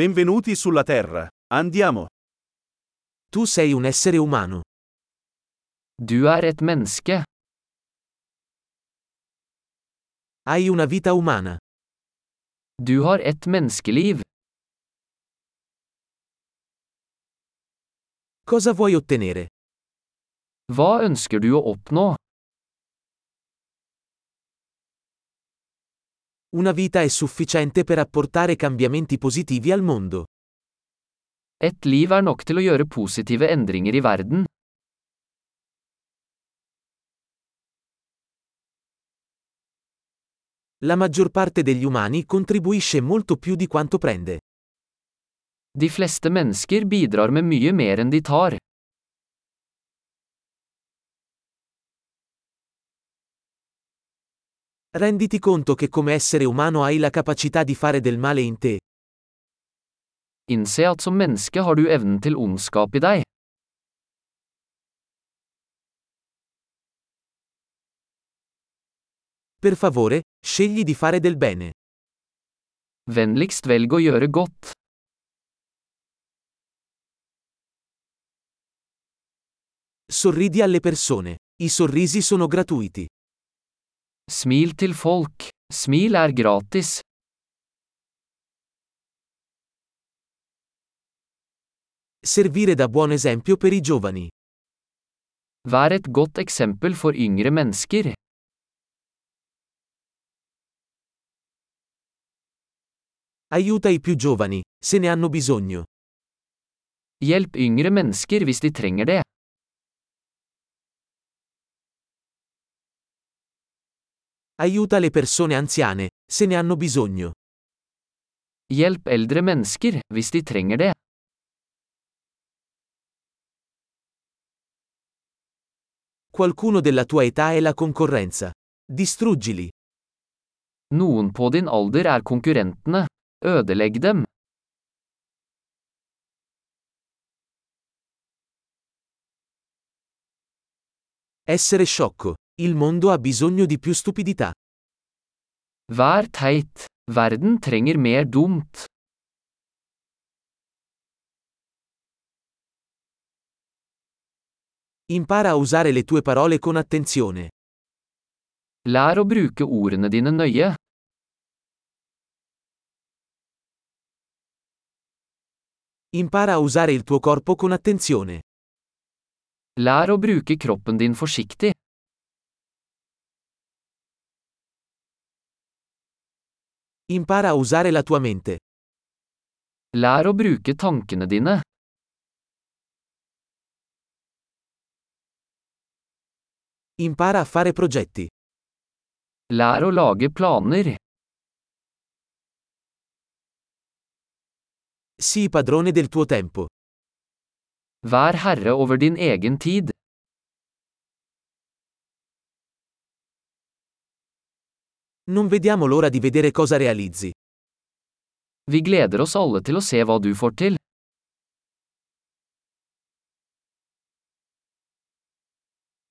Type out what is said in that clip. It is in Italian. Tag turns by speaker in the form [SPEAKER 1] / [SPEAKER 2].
[SPEAKER 1] Benvenuti sulla Terra. Andiamo.
[SPEAKER 2] Tu sei un essere umano.
[SPEAKER 3] Du er et menneske.
[SPEAKER 2] Hai una vita umana.
[SPEAKER 3] Du har et menneskeliv.
[SPEAKER 2] Cosa vuoi ottenere?
[SPEAKER 3] Hva ønsker du å oppnå?
[SPEAKER 2] Una vita è sufficiente per apportare cambiamenti positivi al mondo.
[SPEAKER 3] Et liv er nok til å gjøre positive endringer i verden.
[SPEAKER 2] La maggior parte degli umani contribuisce molto più di quanto prende.
[SPEAKER 3] De fleste mennesker bidrar med mye mer enn de tar.
[SPEAKER 2] Renditi conto che come essere umano hai la capacità di fare del male in te.
[SPEAKER 3] Innse at som menneske har du evnen til ondskap i deg.
[SPEAKER 2] Per favore, scegli di fare del bene.
[SPEAKER 3] Vennligst velg å gjøre godt.
[SPEAKER 2] Sorridi alle persone. I sorrisi sono gratuiti.
[SPEAKER 3] Smil til folk. Smil er gratis.
[SPEAKER 2] Servire da buon esempio per i giovani.
[SPEAKER 3] Vær et godt eksempel for yngre mennesker.
[SPEAKER 2] Aiuta i più giovani, se ne hanno bisogno.
[SPEAKER 3] Hjelp yngre mennesker hvis de trenger det.
[SPEAKER 2] Aiuta le persone anziane, se ne hanno bisogno.
[SPEAKER 3] Hjelp eldre mennesker hvis de trenger det.
[SPEAKER 2] Qualcuno della tua età è la concorrenza. Distruggili.
[SPEAKER 3] Noen på din alder er konkurrentene. Ødelegg dem.
[SPEAKER 2] Essere sciocco. Il mondo ha bisogno di più stupidità.
[SPEAKER 3] Vær teit. Verden trenger mer dumt.
[SPEAKER 2] Impara a usare le tue parole con attenzione.
[SPEAKER 3] Lær å bruke ordene dine nøye.
[SPEAKER 2] Impara a usare il tuo corpo con attenzione.
[SPEAKER 3] Lær å bruke kroppen din forsiktig.
[SPEAKER 2] Impara a usare la tua mente.
[SPEAKER 3] Lær å bruke tankene dine.
[SPEAKER 2] Impara a fare progetti.
[SPEAKER 3] Lær å lage planer.
[SPEAKER 2] Sii padrone del tuo tempo.
[SPEAKER 3] Vær herre over din egen tid.
[SPEAKER 2] Non vediamo l'ora di vedere cosa realizzi.
[SPEAKER 3] Vi gleder oss alle til å se hva du får til.